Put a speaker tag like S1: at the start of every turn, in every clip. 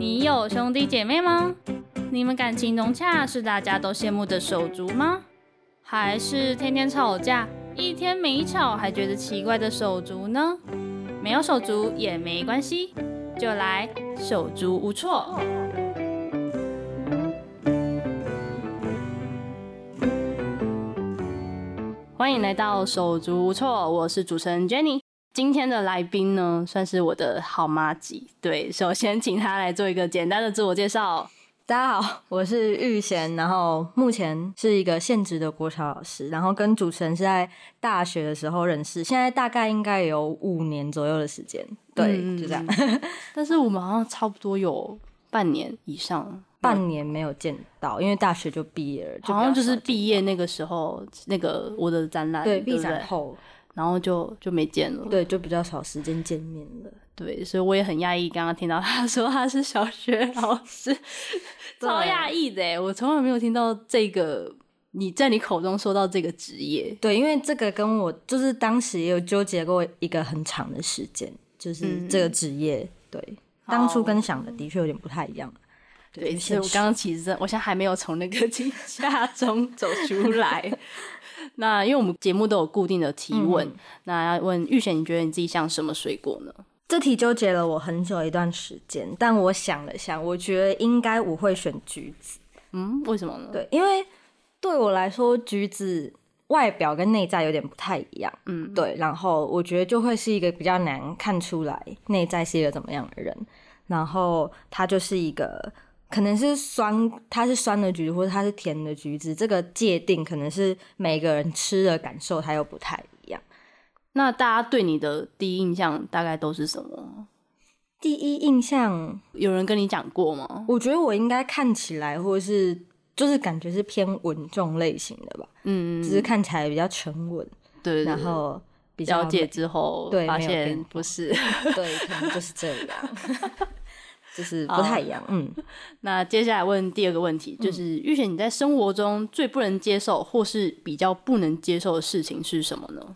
S1: 有兄弟姐妹吗？你们感情融洽是大家都羡慕的手足吗？还是天天吵架，一天没吵还觉得奇怪的手足呢？没有手足也没关系，就来手足无措。欢迎来到手足无措，我是主持人 Jenny。今天的来宾呢，算是我的好妈吉。对，首先请他来做一个简单的自我介绍。
S2: 大家好，我是玉贤，然后目前是一个现职的国小老师，然后跟主持人是在大学的时候认识，现在大概应该有五年左右的时间，对，
S1: 嗯
S2: 就这样，
S1: 但是我们好像差不多有半年以上，
S2: 半年没有见到，因为大学就毕业了，
S1: 好像就是
S2: 毕
S1: 毕业那个时候，那个我的展览，
S2: 对
S1: 对
S2: 毕
S1: 不对
S2: 展，后，
S1: 然后就就没见了。
S2: 对，就比较少时间见面了。
S1: 对，所以我也很讶异，刚刚听到他说他是小学老师，
S2: 对
S1: 超讶异的欸耶，我从来没有听到这个你在你口中说到这个职业。
S2: 对，因为这个跟我就是当时也有纠结过一个很长的时间，
S1: 嗯
S2: 就是这个职业，对，当初跟想的的确有点不太一样。
S1: 对，所以
S2: 就现
S1: 我
S2: 实
S1: 刚刚其实真的我现在还没有从那个 惊吓中走出来。那因为我们节目都有固定的提问，
S2: 嗯
S1: 那要问玉贤，你觉得你自己像什么水果呢？
S2: 这题纠结了我很久一段时间，但我想了想，我觉得应该我会选橘子。
S1: 嗯，为什么呢？
S2: 对，因为对我来说，橘子外表跟内在有点不太一样。
S1: 嗯，
S2: 对，然后我觉得就会是一个比较难看出来内在是一个怎么样的人，然后它就是一个可能是酸，它是酸的橘子，或者它是甜的橘子，这个界定可能是每个人吃的感受它又不太一样。
S1: 那大家对你的第一印象大概都是什么？
S2: 第一印象，
S1: 有人跟你讲过吗？
S2: 我觉得我应该看起来或者是就是感觉是偏稳重类型的吧，
S1: 嗯，
S2: 只是看起来比较沉稳，
S1: 对对对
S2: 然后比较
S1: 了解之后
S2: 对
S1: 发
S2: 没有变
S1: 现
S2: 化
S1: 不是。
S2: 美， 对，可能就是这样， 就是不
S1: 哦
S2: 太一样，嗯。
S1: 那接下来问第二个问题，就是玉贤，你在生活中最不能接受或是比较不能接受的事情是什么呢？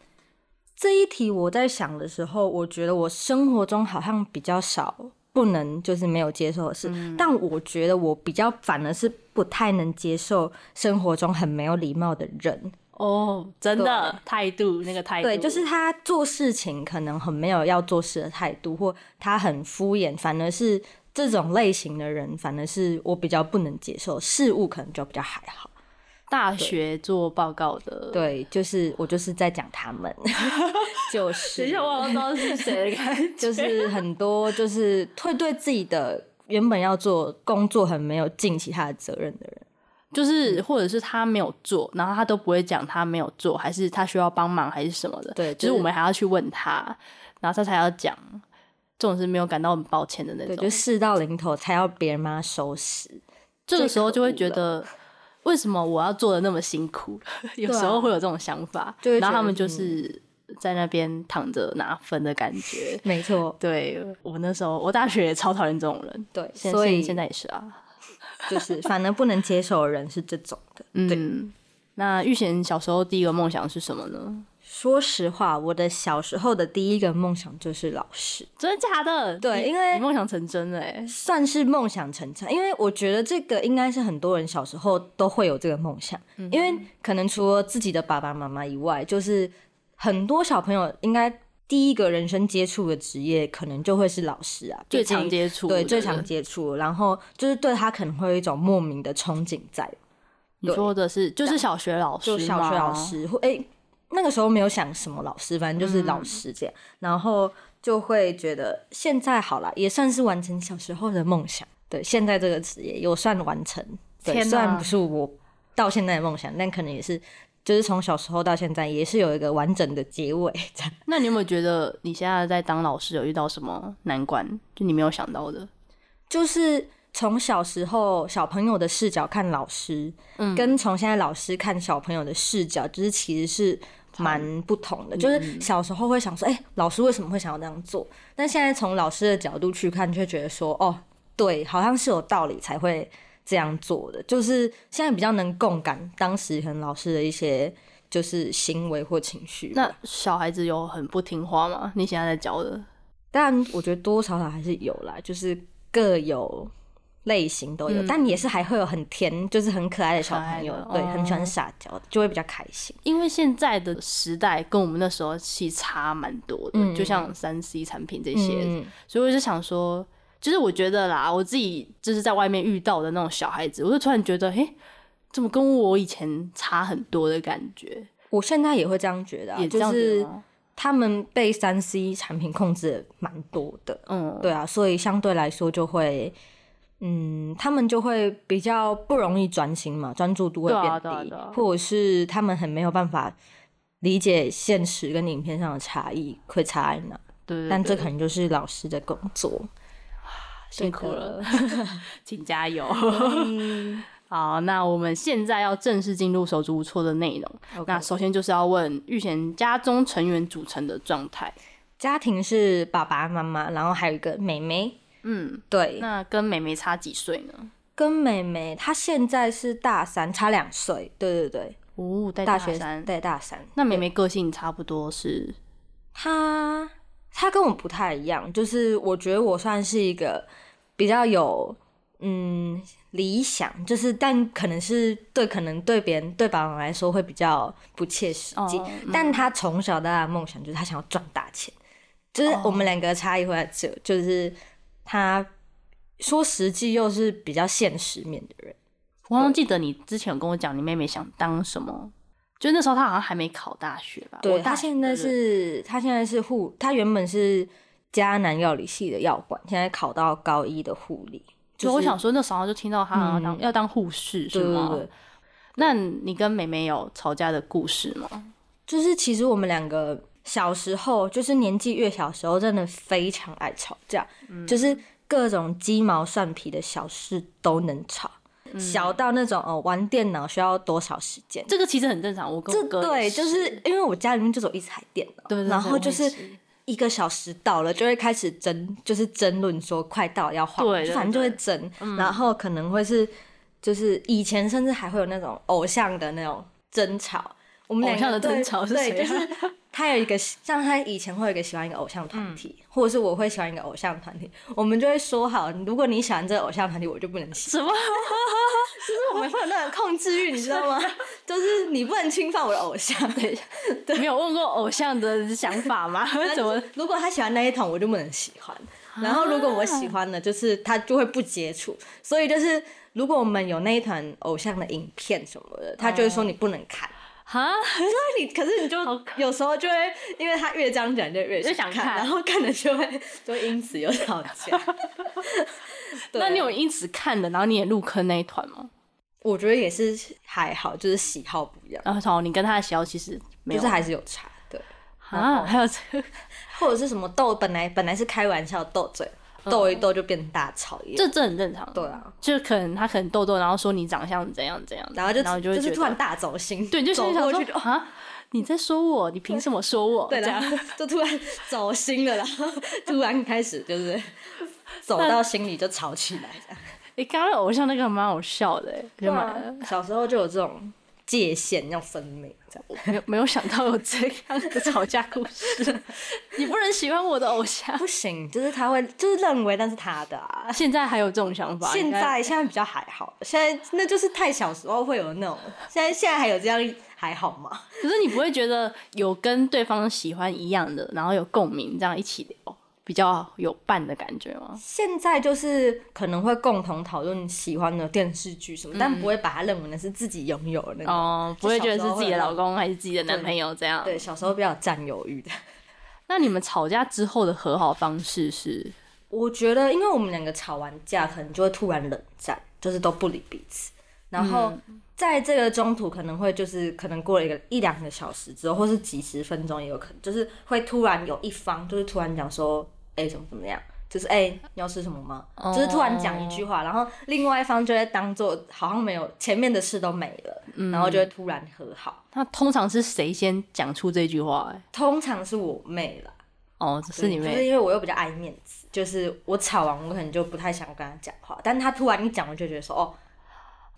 S2: 这一题我在想的时候，我觉得我生活中好像比较少不能就是没有接受的事，
S1: 嗯
S2: 但我觉得我比较反而是不太能接受生活中很没有礼貌的人。
S1: 哦，真的态度，那个态度，
S2: 对，就是他做事情可能很没有要做事的态度，或他很敷衍，反而是这种类型的人，反而是我比较不能接受。事物可能就比较还好。
S1: 大学做报告的。，
S2: 对，就是我就是在讲他 们， 就是
S1: 等一下我好像知道是谁的感觉。
S2: 就是很多就是会对自己的原本要做工作很没有尽其他的责任的人，
S1: 就是，或者是他没有做，然后他都不会讲他没有做，还是他需要帮忙，还是什么的。
S2: 对
S1: 就是
S2: 就是
S1: 我们还要去问他，然后他才要讲。这种是没有感到很抱歉的那
S2: 对，
S1: 种。
S2: 就事到临头才要别人帮他收拾。
S1: 这个时候就会觉得，为什么我要做的那么辛苦？ 有时候会有这种想法，
S2: 就会觉得
S1: 然后他们就是在那边躺着拿分的感觉。
S2: 没错，
S1: 对我那时候，我大学也超讨厌这种人，
S2: 对，
S1: 现
S2: 所以
S1: 现在也是啊。
S2: 就是反而不能接受的人是这种的。
S1: 嗯，那玉贤小时候第一个梦想是什么呢？
S2: 说实话，我的小时候的第一个梦想就是老师。
S1: 真的假的？
S2: 对
S1: 你
S2: 因为
S1: 你梦想成真了欸。
S2: 算是梦想成真，因为我觉得这个应该是很多人小时候都会有这个梦想，
S1: 嗯
S2: 因为可能除了自己的爸爸妈妈以外，就是很多小朋友应该第一个人生接触的职业，可能就会是老师啊，
S1: 最
S2: 毕竟
S1: 常接触
S2: 对
S1: 的
S2: 最
S1: 人
S2: 常接触，然后就是对他可能会有一种莫名的憧憬在，
S1: 你说的是就是小学老师
S2: 就
S1: 吗，
S2: 小学老师或哎、那个时候没有想什么老师，反正就是
S1: 嗯
S2: 老师这样，然后就会觉得现在好了，也算是完成小时候的梦想。对，现在这个职业有算完成，对，
S1: 天哪
S2: 虽然不是我到现在的梦想，但可能也是，就是从小时候到现在，也是有一个完整的结尾。 这样
S1: 那你有没有觉得你现在在当老师有遇到什么难关？就你没有想到的？
S2: 就是从小时候小朋友的视角看老师，
S1: 嗯
S2: 跟从现在老师看小朋友的视角，就是其实是蛮不同的。就是小时候会想说，哎、老师为什么会想要这样做？但现在从老师的角度去看，却觉得说，哦，对，好像是有道理才会这样做的。就是现在比较能共感当时可能老师的一些就是行为或情绪。
S1: 那小孩子有很不听话吗？你现在在教的，
S2: 但我觉得多少少还是有啦，就是各有类型都有，
S1: 嗯
S2: 但也是还会有很甜，就是很可爱的小
S1: 可爱
S2: 朋
S1: 的
S2: 友，对，很喜
S1: 哦
S2: 欢撒娇的，就会比较开心。
S1: 因为现在的时代跟我们那时候其实差蛮多的，
S2: 嗯
S1: 就像三 C 产品这些，
S2: 嗯，
S1: 所以我就想说，就是我觉得啦，我自己就是在外面遇到的那种小孩子，我就突然觉得，嘿，怎么跟我以前差很多的感觉？
S2: 我现在也会这样觉得、啊，
S1: 也这
S2: 就
S1: 样
S2: 是
S1: 子吗？
S2: 他们被三 C 产品控制得蛮多的，
S1: 嗯，
S2: 对啊，所以相对来说就会，嗯，他们就会比较不容易专心嘛，专注度会
S1: 对啊
S2: 变低，
S1: 对啊对啊
S2: 或者是他们很没有办法理解现实跟影片上的差异会差在哪。
S1: 对对对，
S2: 但这可能就是老师的工作。
S1: 辛苦
S2: 对
S1: 了
S2: 的，
S1: 请加油。好，那我们现在要正式进入手足无措的内容。那首先就是要问玉贤家中成员组成的状态。
S2: 家庭是爸爸妈妈，然后还有一个妹妹。
S1: 嗯，
S2: 对，
S1: 那跟妹妹差几岁呢？
S2: 跟妹妹她现在是大三，差两岁。对对对，
S1: 哦，在
S2: 大
S1: 大
S2: 学
S1: 三。
S2: 对大三。
S1: 那妹妹个性差不多是，
S2: 他他跟我不太一样，就是我觉得我算是一个比较有嗯理想，就是但可能是对可能对别人对爸爸妈妈来说会比较不切实际，
S1: 哦嗯
S2: 但他从小到大的梦想就是他想要赚大钱，就是我
S1: 哦
S2: 们两个差异会在这，就是他说实际又是比较现实面的人。
S1: 我好像记得你之前有跟我讲，你妹妹想当什么？就那时候她好像还没考大学吧？
S2: 对
S1: 我大
S2: 他现在
S1: 对对对
S2: 是，他现在是护，他原本是迦南药理系的药管，现在考到高一的护理。
S1: 所
S2: 就
S1: 以我
S2: 是嗯
S1: 想说，那时候就听到她好像当、要当护士，是
S2: 对
S1: 吗？
S2: 对对，
S1: 那你跟妹妹有吵架的故事吗？
S2: 就是其实我们两个小时候，就是年纪越小时候，真的非常爱吵架，
S1: 嗯
S2: 就是各种鸡毛蒜皮的小事都能吵，
S1: 嗯
S2: 小到那种哦玩电脑需要多少时间。
S1: 这个其实很正常，我跟
S2: 这
S1: 我哥
S2: 对，
S1: 也
S2: 就是因为我家里面就只有一台电脑，
S1: 对对对
S2: 然后就
S1: 我
S2: 是
S1: 也是
S2: 一个小时到了，就会开始争，就是争论说快到了要换，
S1: 对对
S2: 就反正就会争，然后可能会是就是以前甚至还会有那种偶像的那种争吵，我们两
S1: 偶
S2: 个
S1: 像的争吵是
S2: 对，对就
S1: 谁啊
S2: 是他有一个像他以前会有一个喜欢一个偶像团体，或者是我会喜欢一个偶像团体，我们就会说好，如果你喜欢这个偶像团体，我就不能喜欢
S1: 什么？
S2: 就是我们会有那种控制欲，你知道吗？ 就是你不能侵犯我的偶 像。等一下，
S1: 没有问过偶像的想法吗？ 怎么？
S2: 如果他喜欢那一桶，我就不能喜欢。然后如果我喜欢了，就是他就会不接触。所以就是，如果我们有那一团偶像的影片什么的，他就会说你不能看。
S1: 哈？
S2: 那你可是你就
S1: 好可
S2: 有时候就会，因为他越这样讲哦就越
S1: 越想看
S2: 看，然后看了就会 就会因此又吵架。对
S1: 那你有因此看的，然后你也入坑那一团吗？
S2: 我觉得也是还好，就是喜好不一样，
S1: 然后从你跟他的喜好其实没
S2: 就
S1: 有
S2: 是还是有差。对。
S1: 啊， 还有这个，
S2: 或者是什么斗，本来本来是开玩笑斗嘴，斗一斗嗯就变大吵一样。
S1: 这这很正常。
S2: 对，啊，
S1: 就可能他可能痘痘，然后说你长相怎样怎样，
S2: 然后就
S1: 然后就会
S2: 是
S1: 觉
S2: 突
S1: 得
S2: 然大走心，
S1: 对，你就
S2: 走
S1: 心里
S2: 过
S1: 想
S2: 去就
S1: 说啊，你在说我，你凭什么说我？
S2: 对
S1: 这样
S2: 然。后 就突然走心了，然后突然开始就是走到心里就吵起来这样。
S1: 你刚刚的偶像那个蛮好笑的，就蛮
S2: 小时候就有这种界限要分明，这样
S1: 没有没有想到有这样的吵架故 事，你不能喜欢我的偶像。
S2: 不行，就是他会就是认为那是他的啊。
S1: 现在还有这种想法？
S2: 现
S1: 啊应该
S2: 在现在比较还好，现在那就是太小时候会有那种，现在现在还有这样还好吗？
S1: 可是你不会觉得有跟对方喜欢一样的，然后有共鸣，这样一起聊比较有伴的感觉吗？
S2: 现在就是可能会共同讨论喜欢的电视剧什么，但不会把它认为那是自己拥有的那种。
S1: 嗯哦，不会觉得是自己的老公还是自己的男朋友这样？
S2: 对，小时候比较有占有欲的。
S1: 那你们吵架之后的和好方式是？
S2: 我觉得，因为我们两个吵完架，可能就会突然冷战，就是都不理彼此。然后在这个中途，可能会就是可能过了一个一两个小时之后，或是几十分钟也有可能，就是会突然有一方就是突然讲说，哎、怎么怎么样，就是哎、你要吃什么吗？就是突然讲一句话，然后另外一方就会当做好像没有前面的事都没了，然后就会突然和好。
S1: 那通常是谁先讲出这句话、欸？
S2: 通常是我妹啦，
S1: 哦，只是你
S2: 就是
S1: 妹。
S2: 因为我又比较爱面子，就是我吵完我可能就不太想跟他讲话，但他突然一讲，我就觉得说哦，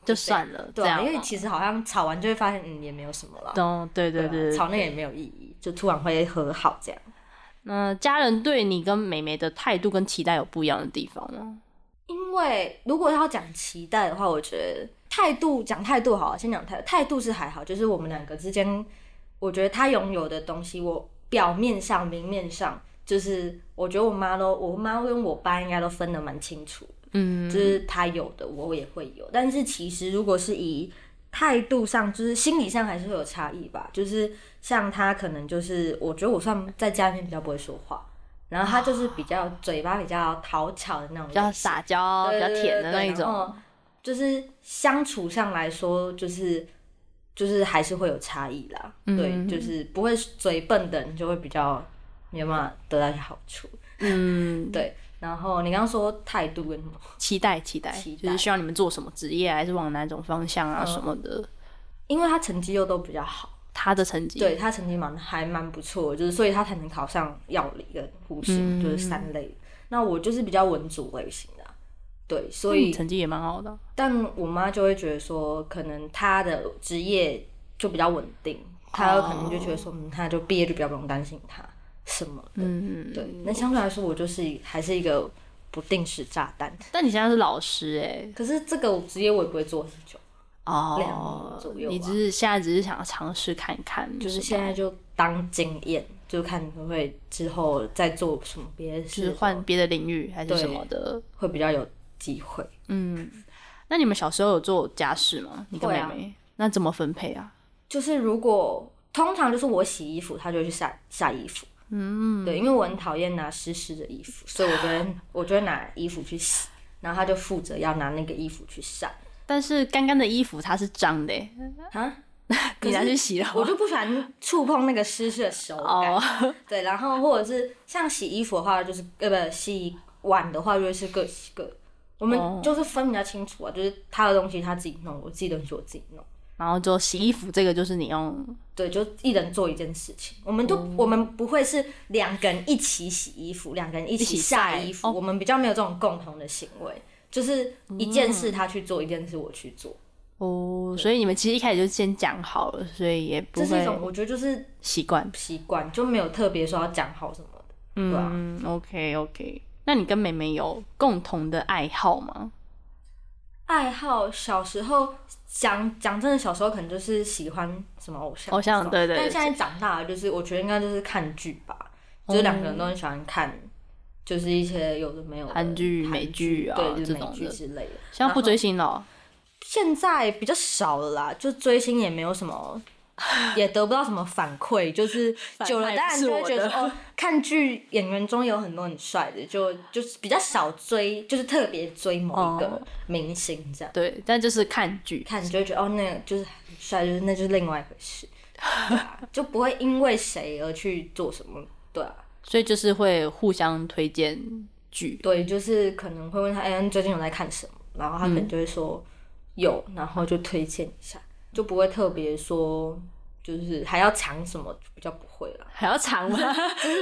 S1: 就算了，
S2: 对啊，
S1: 这样
S2: 因为
S1: 吗。
S2: 其实好像吵完就会发现嗯也没有什么了，
S1: 懂，对对
S2: 啊
S1: 对，
S2: 吵那也没有意义，就突然会和好这样。
S1: 那家人对你跟妹妹的态度跟期待有不一样的地方吗？
S2: 因为如果要讲期待的话，我觉得态度讲态度好了，先讲态度，态度是还好，就是我们两个之间，我觉得他拥有的东西，我表面上明面上就是，我觉得我妈都，我妈跟我爸应该都分得蛮清楚的，
S1: 嗯，
S2: 就是他有的我也会有，但是其实如果是以态度上，就是心理上还是会有差异吧。就是像他可能就是，我觉得我算在家里面比较不会说话，然后他就是比较嘴巴比较讨巧的那
S1: 哦
S2: 种人，
S1: 比较撒娇、比
S2: 对
S1: 较
S2: 对
S1: 甜的
S2: 对
S1: 那一
S2: 对然
S1: 种，
S2: 后就是相处上来说，就是就是还是会有差异啦。对，
S1: 嗯
S2: 就是不会嘴笨的人就会比较没有办法得到一些好处。
S1: 嗯，
S2: 对，然后你刚刚说态度跟什么？
S1: 期待期待，
S2: 期待嗯
S1: 就是希望你们做什么职业，还是往哪种方向啊什么的。
S2: 因为他成绩又都比较好，
S1: 他的成绩，
S2: 对他成绩蛮还蛮不错的，就是所以他才能考上药理跟护士，
S1: 嗯
S2: 就是三类。那我就是比较文组类型的啊、对，所
S1: 嗯
S2: 以
S1: 成绩也蛮好的啊。
S2: 但我妈就会觉得说，可能她的职业就比较稳定，她可能就觉得
S1: 哦
S2: 说，嗯，她就毕业就比较不用担心她什么的。
S1: 嗯，
S2: 对，那相对来说，我就是还是一个不定时炸弹。
S1: 但你现在是老师哎、
S2: 可是这个职业我也不会做很久，两
S1: 哦
S2: 年左右吧
S1: 你只是现在只是想要尝试看看，
S2: 就是
S1: 吧
S2: 现在就当经验，就看会不会之后再做什么别的
S1: 就
S2: 事
S1: 是
S2: 的时候，
S1: 换别的领域还是什么的。
S2: 会比较有机会。
S1: 嗯，那你们小时候有做家事吗？你跟
S2: 会
S1: 妹
S2: 啊
S1: 妹、那怎么分配啊？
S2: 就是如果通常就是我洗衣服，他就会去晒晒衣服。嗯，对，因为我很讨厌拿湿湿的衣服，所以我就会我就会拿衣服去洗，然后他就负责要拿那个衣服去晒
S1: 但是干干的衣服它是脏的、欸，
S2: 啊。
S1: 你拿去洗了
S2: 我
S1: 吗？
S2: 就不喜欢触碰那个湿湿的手 感。
S1: 哦，
S2: 对，然后或者是像洗衣服的话，就是呃不洗碗的话，就会是各洗各。
S1: 哦
S2: 我们就是分比较清楚啊，就是他的东西他自己弄，我自己的东西我自己弄。
S1: 然后就洗衣服这个就是你用
S2: 对，就一人做一件事情。我们都、
S1: 哦
S2: 我们不会是两个人一起洗衣服，两个人一
S1: 一起
S2: 起
S1: 晒
S2: 晒衣服，
S1: 哦
S2: 我们比较没有这种共同的行为，就是一件
S1: 嗯
S2: 事他去做，一件事我去做，
S1: 哦，所以你们其实一开始就先讲好了，所以也不
S2: 这是一种
S1: 会
S2: 我觉得就是
S1: 习惯。
S2: 习惯，就没有特别说要讲好什么的。对啊
S1: 嗯，OK OK，那你跟妹妹有共同的爱好吗？
S2: 爱好小时候讲讲真的，小时候可能就是喜欢什么偶像，
S1: 偶像
S2: 什么
S1: 对对
S2: 但
S1: 对
S2: 现在长大了，就是我觉得应该就是看剧吧，就是两个人都很喜欢看，就是一些有的没有的
S1: 韩剧
S2: 韩
S1: 美剧啊
S2: 对，就是
S1: 这
S2: 美
S1: 种
S2: 剧
S1: 的
S2: 之类的。
S1: 现在不追星了哦、
S2: 现在比较少了啦，就追星也没有什么，也得不到什么反 馈，就是
S1: 反
S2: 久了
S1: 派
S2: 当然
S1: 不是
S2: 就会
S1: 我
S2: 觉得
S1: 的
S2: 说哦，看剧演员中有很多很帅的，就就是比较少追，就是特别追某一个
S1: 哦
S2: 明星这样。
S1: 对，但就是看剧，
S2: 看你就会觉得哦，那个就是很帅，就是那就是另外一回事，对啊、 就不会因为谁而去做什么，对啊，
S1: 所以就是会互相推荐剧。
S2: 对，就是可能会问他，哎、你最近有在看什么？然后他可能就会说、有，然后就推荐一下，就不会特别说就是还要藏什么，比较不会啦。
S1: 还要长吗？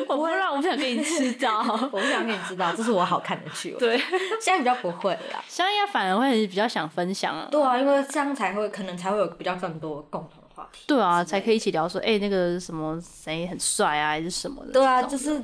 S1: 我不让，我不想给你知道。
S2: 我不想给你知道，这是我好看的剧。我
S1: 对，
S2: 现在比较不会了啦。
S1: 香叶反而会比较想分享啊。
S2: 对啊，因为这样才会可能才会有比较更多共同话题。
S1: 对啊，才可以一起聊说，哎、那个什么谁很帅啊，还是什么的。
S2: 对啊，
S1: 这种
S2: 就是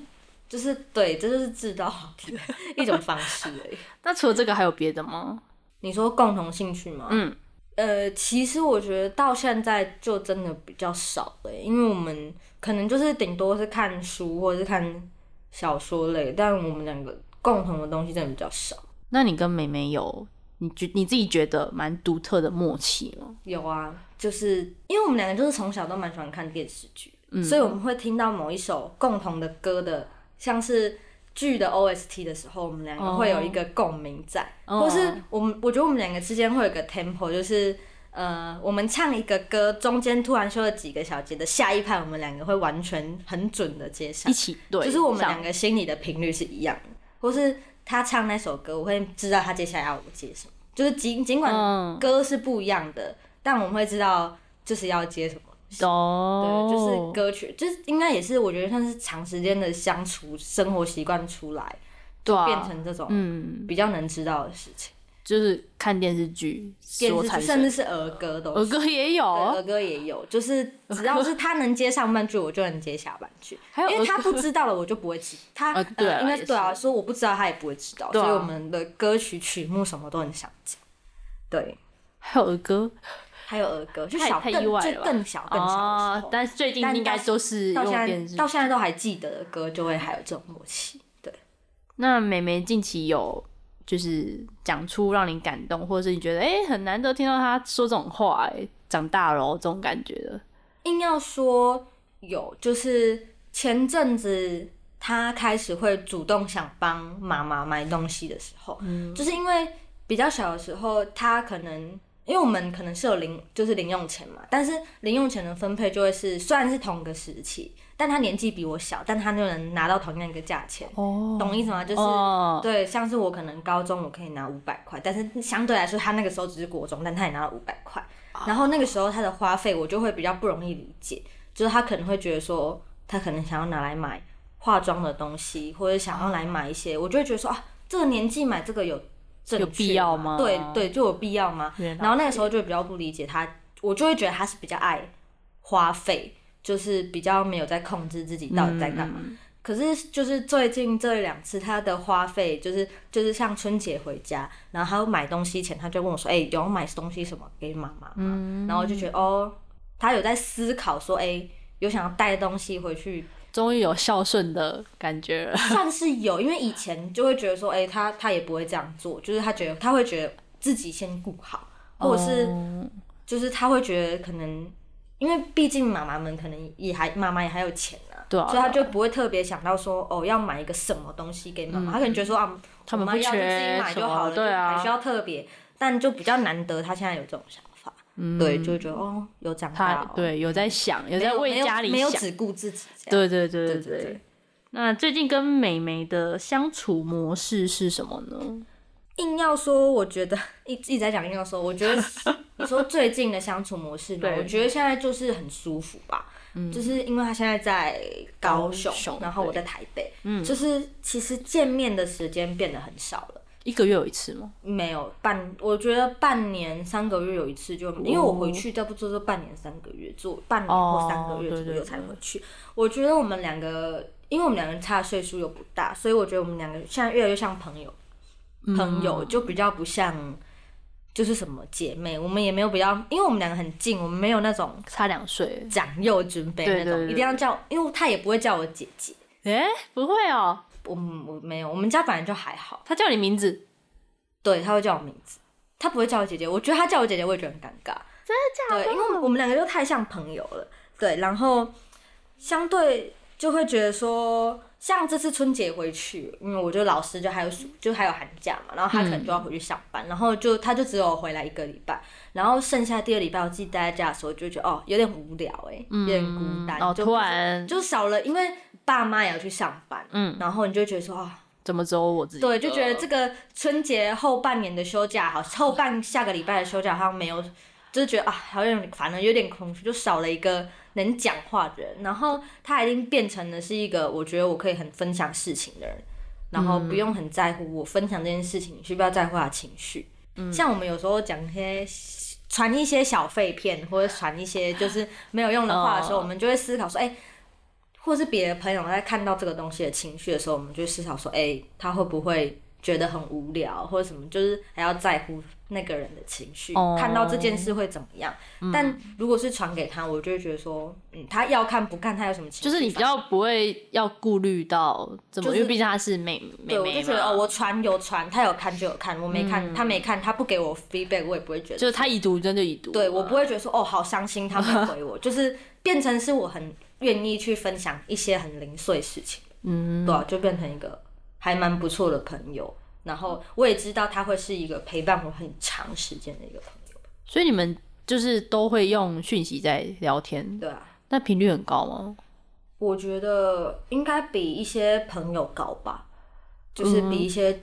S2: 就是对，这就是制造话题的一种方式而已。
S1: 那除了这个还有别的吗？
S2: 你说共同兴趣吗？
S1: 嗯，
S2: 呃，其实我觉得到现在就真的比较少了耶，欸因为我们可能就是顶多是看书或者是看小说类，但我们两个共同的东西真的比较少。
S1: 那你跟妹妹有你觉你自己觉得蛮独特的默契吗？
S2: 有啊，就是因为我们两个就是从小都蛮喜欢看电视剧，所以我们会听到某一首共同的歌的，像是剧的 OST 的时候，我们两个会有一个共鸣在，
S1: 哦
S2: 或是我们我觉得我们两个之间会有一个 tempo，就是。呃，我们唱一个歌，中间突然休了几个小节的下一拍，我们两个会完全很准的接上
S1: 一，起对，
S2: 就是我们两
S1: 个
S2: 个心里的频率是一样的，或是他唱那首歌，我会知道他接下来要我接什么，就是尽尽管
S1: 嗯，
S2: 歌是不一样的，但我们会知道就是要接什么。
S1: 懂，哦
S2: 对，就是歌曲，就是应该也是我觉得算是长时间的相处、生活习惯出来，
S1: 对啊，
S2: 变成这种
S1: 嗯，
S2: 比较能知道的事情。
S1: 就是看电视剧
S2: 电
S1: 所
S2: 视
S1: 产
S2: 剧
S1: 生
S2: 甚
S1: 的
S2: 至。是儿歌都
S1: 儿
S2: 是。
S1: 歌也
S2: 对
S1: 有
S2: 儿，歌哦也有，就是只要是他能接上半句，我就能接下半句。
S1: 还有
S2: 因为
S1: 儿
S2: 他
S1: 歌
S2: 不知道了，我就不会知 他。
S1: 呃对啊
S2: 应该
S1: 也
S2: 对啊，
S1: 是
S2: 说我不知道，他也不会知道。
S1: 对啊
S2: 所以我们的歌曲曲目什么都很想讲。对，
S1: 还有儿歌
S2: 还有儿歌，就
S1: 太
S2: 小
S1: 太
S2: 更
S1: 意外
S2: 就
S1: 了吧
S2: 更小更小的时
S1: 哦
S2: 候，，
S1: 但是最近
S2: 但
S1: 应该
S2: 到
S1: 都是
S2: 到
S1: 用
S2: 现
S1: 电
S2: 在
S1: 视。
S2: 到现在都还记得的歌，就会还有这种默契。对，
S1: 那美眉近期有就是讲出让你感动，或者是你觉得哎、诶很难得听到她说这种话、诶长大了、哦、这种感觉的，
S2: 硬要说有，就是前阵子他开始会主动想帮妈妈买东西的时候，就是因为比较小的时候，他可能。因为我们可能是有零，就是零用钱嘛，但是零用钱的分配就会是，虽然是同个时期，但他年纪比我小，但他就能拿到同样一个价钱，
S1: 哦
S2: 懂意思吗？就是、
S1: 哦，
S2: 对，像是我可能高中我可以拿五百块，但是相对来说他那个时候只是国中，但他也拿了五百块。
S1: 哦
S2: 然后那个时候他的花费我就会比较不容易理解，就是他可能会觉得说他可能想要拿来买化妆的东西，或者想要
S1: 哦
S2: 来买一些，我就会觉得说啊，这个年纪买这个有正
S1: 有
S2: 确
S1: 必要吗
S2: 对对，就有必要吗？
S1: 原来
S2: 然后那个时候就比较不理解他，我就会觉得他是比较爱花费，就是比较没有在控制自己
S1: 嗯
S2: 到啊底在干嘛。可是就是最近这两次，他的花费就是就是像春节回家，然后他买东西前，他就问我说：“哎、有要买东西什么给妈妈吗？”然后我就觉得哦，他有在思考说：“哎、有想要带东西回去
S1: 终于有孝顺的感觉了。
S2: 算是有，因为以前就会觉得说，哎、他他也不会这样做，就是他觉得他会觉得自己先顾好，或者是、
S1: 哦
S2: 就是他会觉得可能，因为毕竟妈妈们可能也还妈妈也还有钱啊，
S1: 对啊
S2: 所以他就不会特别想到说哦要买一个什么东西给妈妈，他可能觉得说啊，
S1: 嗯他们
S2: 我妈
S1: 不
S2: 要就自己
S1: 缺
S2: 买
S1: 什
S2: 就好
S1: 么
S2: 了，
S1: 对啊
S2: 就还需要特别，但就比较难得他现在有这种想法，对，就会觉得哦有长大、
S1: 她
S2: 哦，
S1: 嗯啊对有在想，有
S2: 没有，
S1: 在为
S2: 没有
S1: 家里
S2: 没有
S1: 想。
S2: 只顾自己这样，
S1: 对对对对
S2: 对对对。
S1: 那最近跟美眉的相处模式是什么呢？
S2: 硬要说，我觉得一一直在讲硬要说，我 觉得你说最近的相处模式嘛，
S1: 对嗯
S2: 我觉得现在就是很舒服吧，就是因为他现在在高雄，
S1: 高雄嗯
S2: 然后我在台北，就是其实见面的时间变得很少了，
S1: 一个月有一次吗？
S2: 没有半，我觉得半年三个月有一次就，因为我回去差不多就半年三个月，做半年或三个月
S1: 哦
S2: 左
S1: 对
S2: 右
S1: 对
S2: 才
S1: 对
S2: 回去。我觉得我们两个，因为我们两个人差的岁数又不大，所以我觉得我们两个现在越来越像朋友，
S1: 嗯
S2: 朋友就比较不像。就是什么姐妹，我们也没有比较，因为我们两个很近，我们没有那种
S1: 差两岁。
S2: 长幼尊卑
S1: 对
S2: 那种，
S1: 对对
S2: 一定要叫，因为他也不会叫我姐姐，
S1: 哎、不会哦，
S2: 我们我没有，我们家本来就还好，
S1: 她叫你名字，
S2: 对，他会叫我名字，他不会叫我姐姐。我觉得他叫我姐姐，我也觉得很尴尬。真的假的？对，因为我们两个又太像朋友了。对，然后相对就会觉得说，像这次春节回去，因为我就老师就还有暑，就还有寒假嘛，然后他可能就要回去上班，然后就他就只有回来一个礼拜，然后剩下第二礼拜我自己待在家的时候，就觉得哦有点无聊哎、有点孤单，
S1: 哦，
S2: 就
S1: 突然
S2: 就少了，因为爸妈也要去上班，
S1: 嗯，
S2: 然后你就会觉得说啊。
S1: 怎么只有我自己？呃
S2: 对，就觉得这个春节后半年的休假，好，后半下个礼拜的休假好像没有，就是觉得啊，好像反正有点空虚，就少了一个能讲话的人。然后他已经变成了是一个，我觉得我可以很分享事情的人，然后不用很在乎我分享这件事情，需不需要在乎他的情绪。像我们有时候讲一些。传一些小废片，或者传一些就是没有用的话的时候
S1: 哦
S2: 我们就会思考说，哎、或是别的朋友在看到这个东西的情绪的时候，我们就会思考说，哎、他会不会觉得很无聊，或者什么，就是还要在乎那个人的情绪，
S1: 哦嗯
S2: 看到这件事会怎么样。但如果是传给他，我就会觉得说，嗯，他要看不看，他有什么情绪，
S1: 就是你比较不会要顾虑到怎么，
S2: 就是
S1: 因为毕竟她是妹妹
S2: 对，我
S1: 妹
S2: 就
S1: 嘛嗯
S2: 觉得哦，我传有传，他有看就有看，我没看、他没看，他不给我 feedback，我也不会觉得
S1: 就是她已读真就已读，
S2: 对我不会觉得说哦，好伤心，他没回 我，就是变成是我很愿意去分享一些很零碎事情，嗯，对、啊，就变成一个还蛮不错的朋友。然后我也知道他会是一个陪伴我很长时间的一个朋友，
S1: 所以你们就是都会用讯息在聊天，
S2: 对啊，
S1: 那频率很高吗？
S2: 我觉得应该比一些朋友高吧，
S1: 嗯
S2: 就是比一些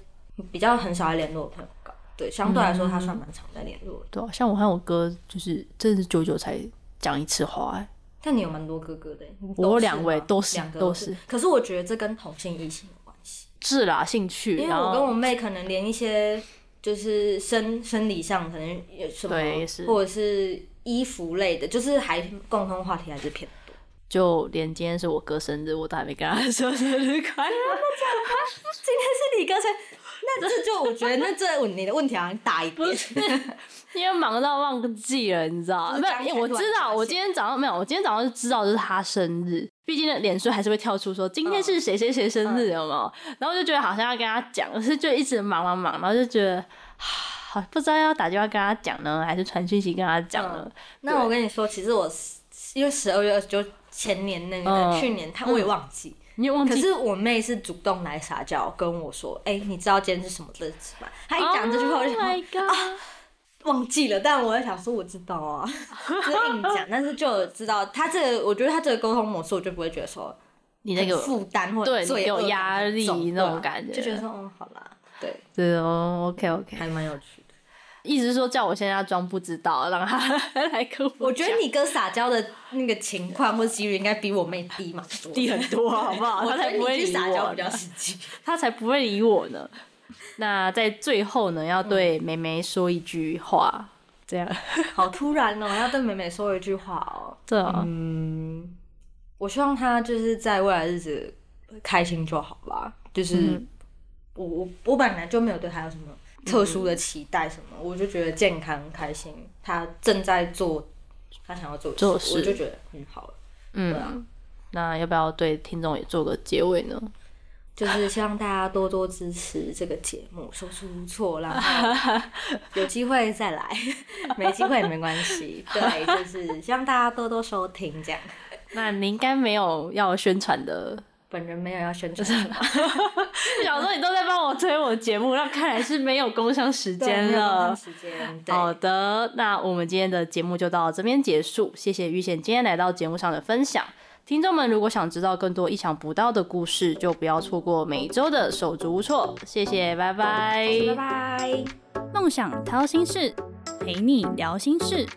S2: 比较很少来联络的朋友高。对，相对来说他
S1: 嗯
S2: 算蛮常在联络的。
S1: 对啊，像我和我哥就是真的是久久才讲一次话、哎
S2: 但你有蛮多哥哥的，你都
S1: 我有
S2: 是
S1: 两位
S2: 吗
S1: 都是
S2: 两个
S1: 都
S2: 是
S1: 是。
S2: 可是我觉得这跟同性异性有关系。
S1: 是啦，兴趣，
S2: 因为
S1: 然
S2: 我跟
S1: 后
S2: 我妹可能连一些就是生生理上可能有什么
S1: 对是，
S2: 或者是衣服类的，就是还共通话题还是偏多。
S1: 就连今天是我哥生日，我都还没跟他 说生日快乐。
S2: 今天是你刚才，那这就我觉得那这你的问题好像大一点。
S1: 因为忙到忘记了，你知道？
S2: 就是
S1: 不
S2: 刚才
S1: 是，我
S2: 突然
S1: 知
S2: 发
S1: 道，
S2: 现
S1: 我今天早上没有，我今天早上就知道这是他生日。毕竟脸书还是会跳出说今天是
S2: 嗯
S1: 谁谁谁生日，有没有？然后就觉得好像要跟他讲，可是就一直忙忙忙，然后就觉得，啊好不知道要打电话跟他讲呢，还是传讯息跟他讲呢？
S2: 那我跟你说，其实我因为十二月二十九前年那个、
S1: 嗯
S2: 去年，他我也忘记。
S1: 你也忘
S2: 可
S1: 记
S2: 是我妹是主动来撒娇跟我说：“哎、你知道今天是什么日子吗？”她一讲这句话，我就想
S1: Oh
S2: 说啊
S1: my god！
S2: 忘记了，但我在想说我知 道啊，就是硬讲，但是就有知道她这个，我觉得她这个沟通模式，我就不会觉得说
S1: 你那
S2: 很
S1: 个
S2: 负担或
S1: 对
S2: 者
S1: 你
S2: 罪恶
S1: 有
S2: 感
S1: 压
S2: 很
S1: 力
S2: 重
S1: 那
S2: 对
S1: 种
S2: 啊
S1: 感觉
S2: 就觉得说哦，好啦，对，
S1: 对哦，OK OK，
S2: 还蛮有趣的。
S1: 意思是说叫我现在要装不知道，让他 来跟我
S2: 我觉得
S1: 讲
S2: 你哥撒娇的那个情况或几率应该比我妹低蛮多，
S1: 低很多，好不好？
S2: 我
S1: 他
S2: 觉
S1: 才
S2: 得
S1: 不会
S2: 你去
S1: 理
S2: 撒
S1: 我
S2: 娇
S1: 呢
S2: 比较实际。
S1: 他才不会理我呢。那在最后呢，要对梅梅说一句话，这样
S2: 好突然哦，要对美美说一句话哦。
S1: 对啊、
S2: 嗯，我希望她就是在未来日子开心就好吧。就是、
S1: 嗯
S2: 我我我本来就没有对她有什么特殊的期待什么，我就觉得健康开心，她正在做她想要做的
S1: 做
S2: 事，我
S1: 事
S2: 就觉得很好了。啊
S1: 嗯，那要不要对听众也做个结尾呢？
S2: 就是希望大家多多支持这个节目，手出无措，然后 有机会再来，没机会也没关系。对，就是希望大家多多收听，这样。
S1: 那你应该没有要宣传的。
S2: 本人没有要宣传什么，
S1: 小时候你都在帮我推我节目，那看来是没有工商时
S2: 对
S1: 间
S2: 没有浪费
S1: 了。
S2: 时间，对，
S1: 好的，那我们今天的节目就到这边结束，谢谢玉贤今天来到节目上的分享。听众们如果想知道更多意想不到的故事，就不要错过每周的手足无措。谢谢，拜拜
S2: 拜拜。
S1: 梦想掏心事，陪你聊心事。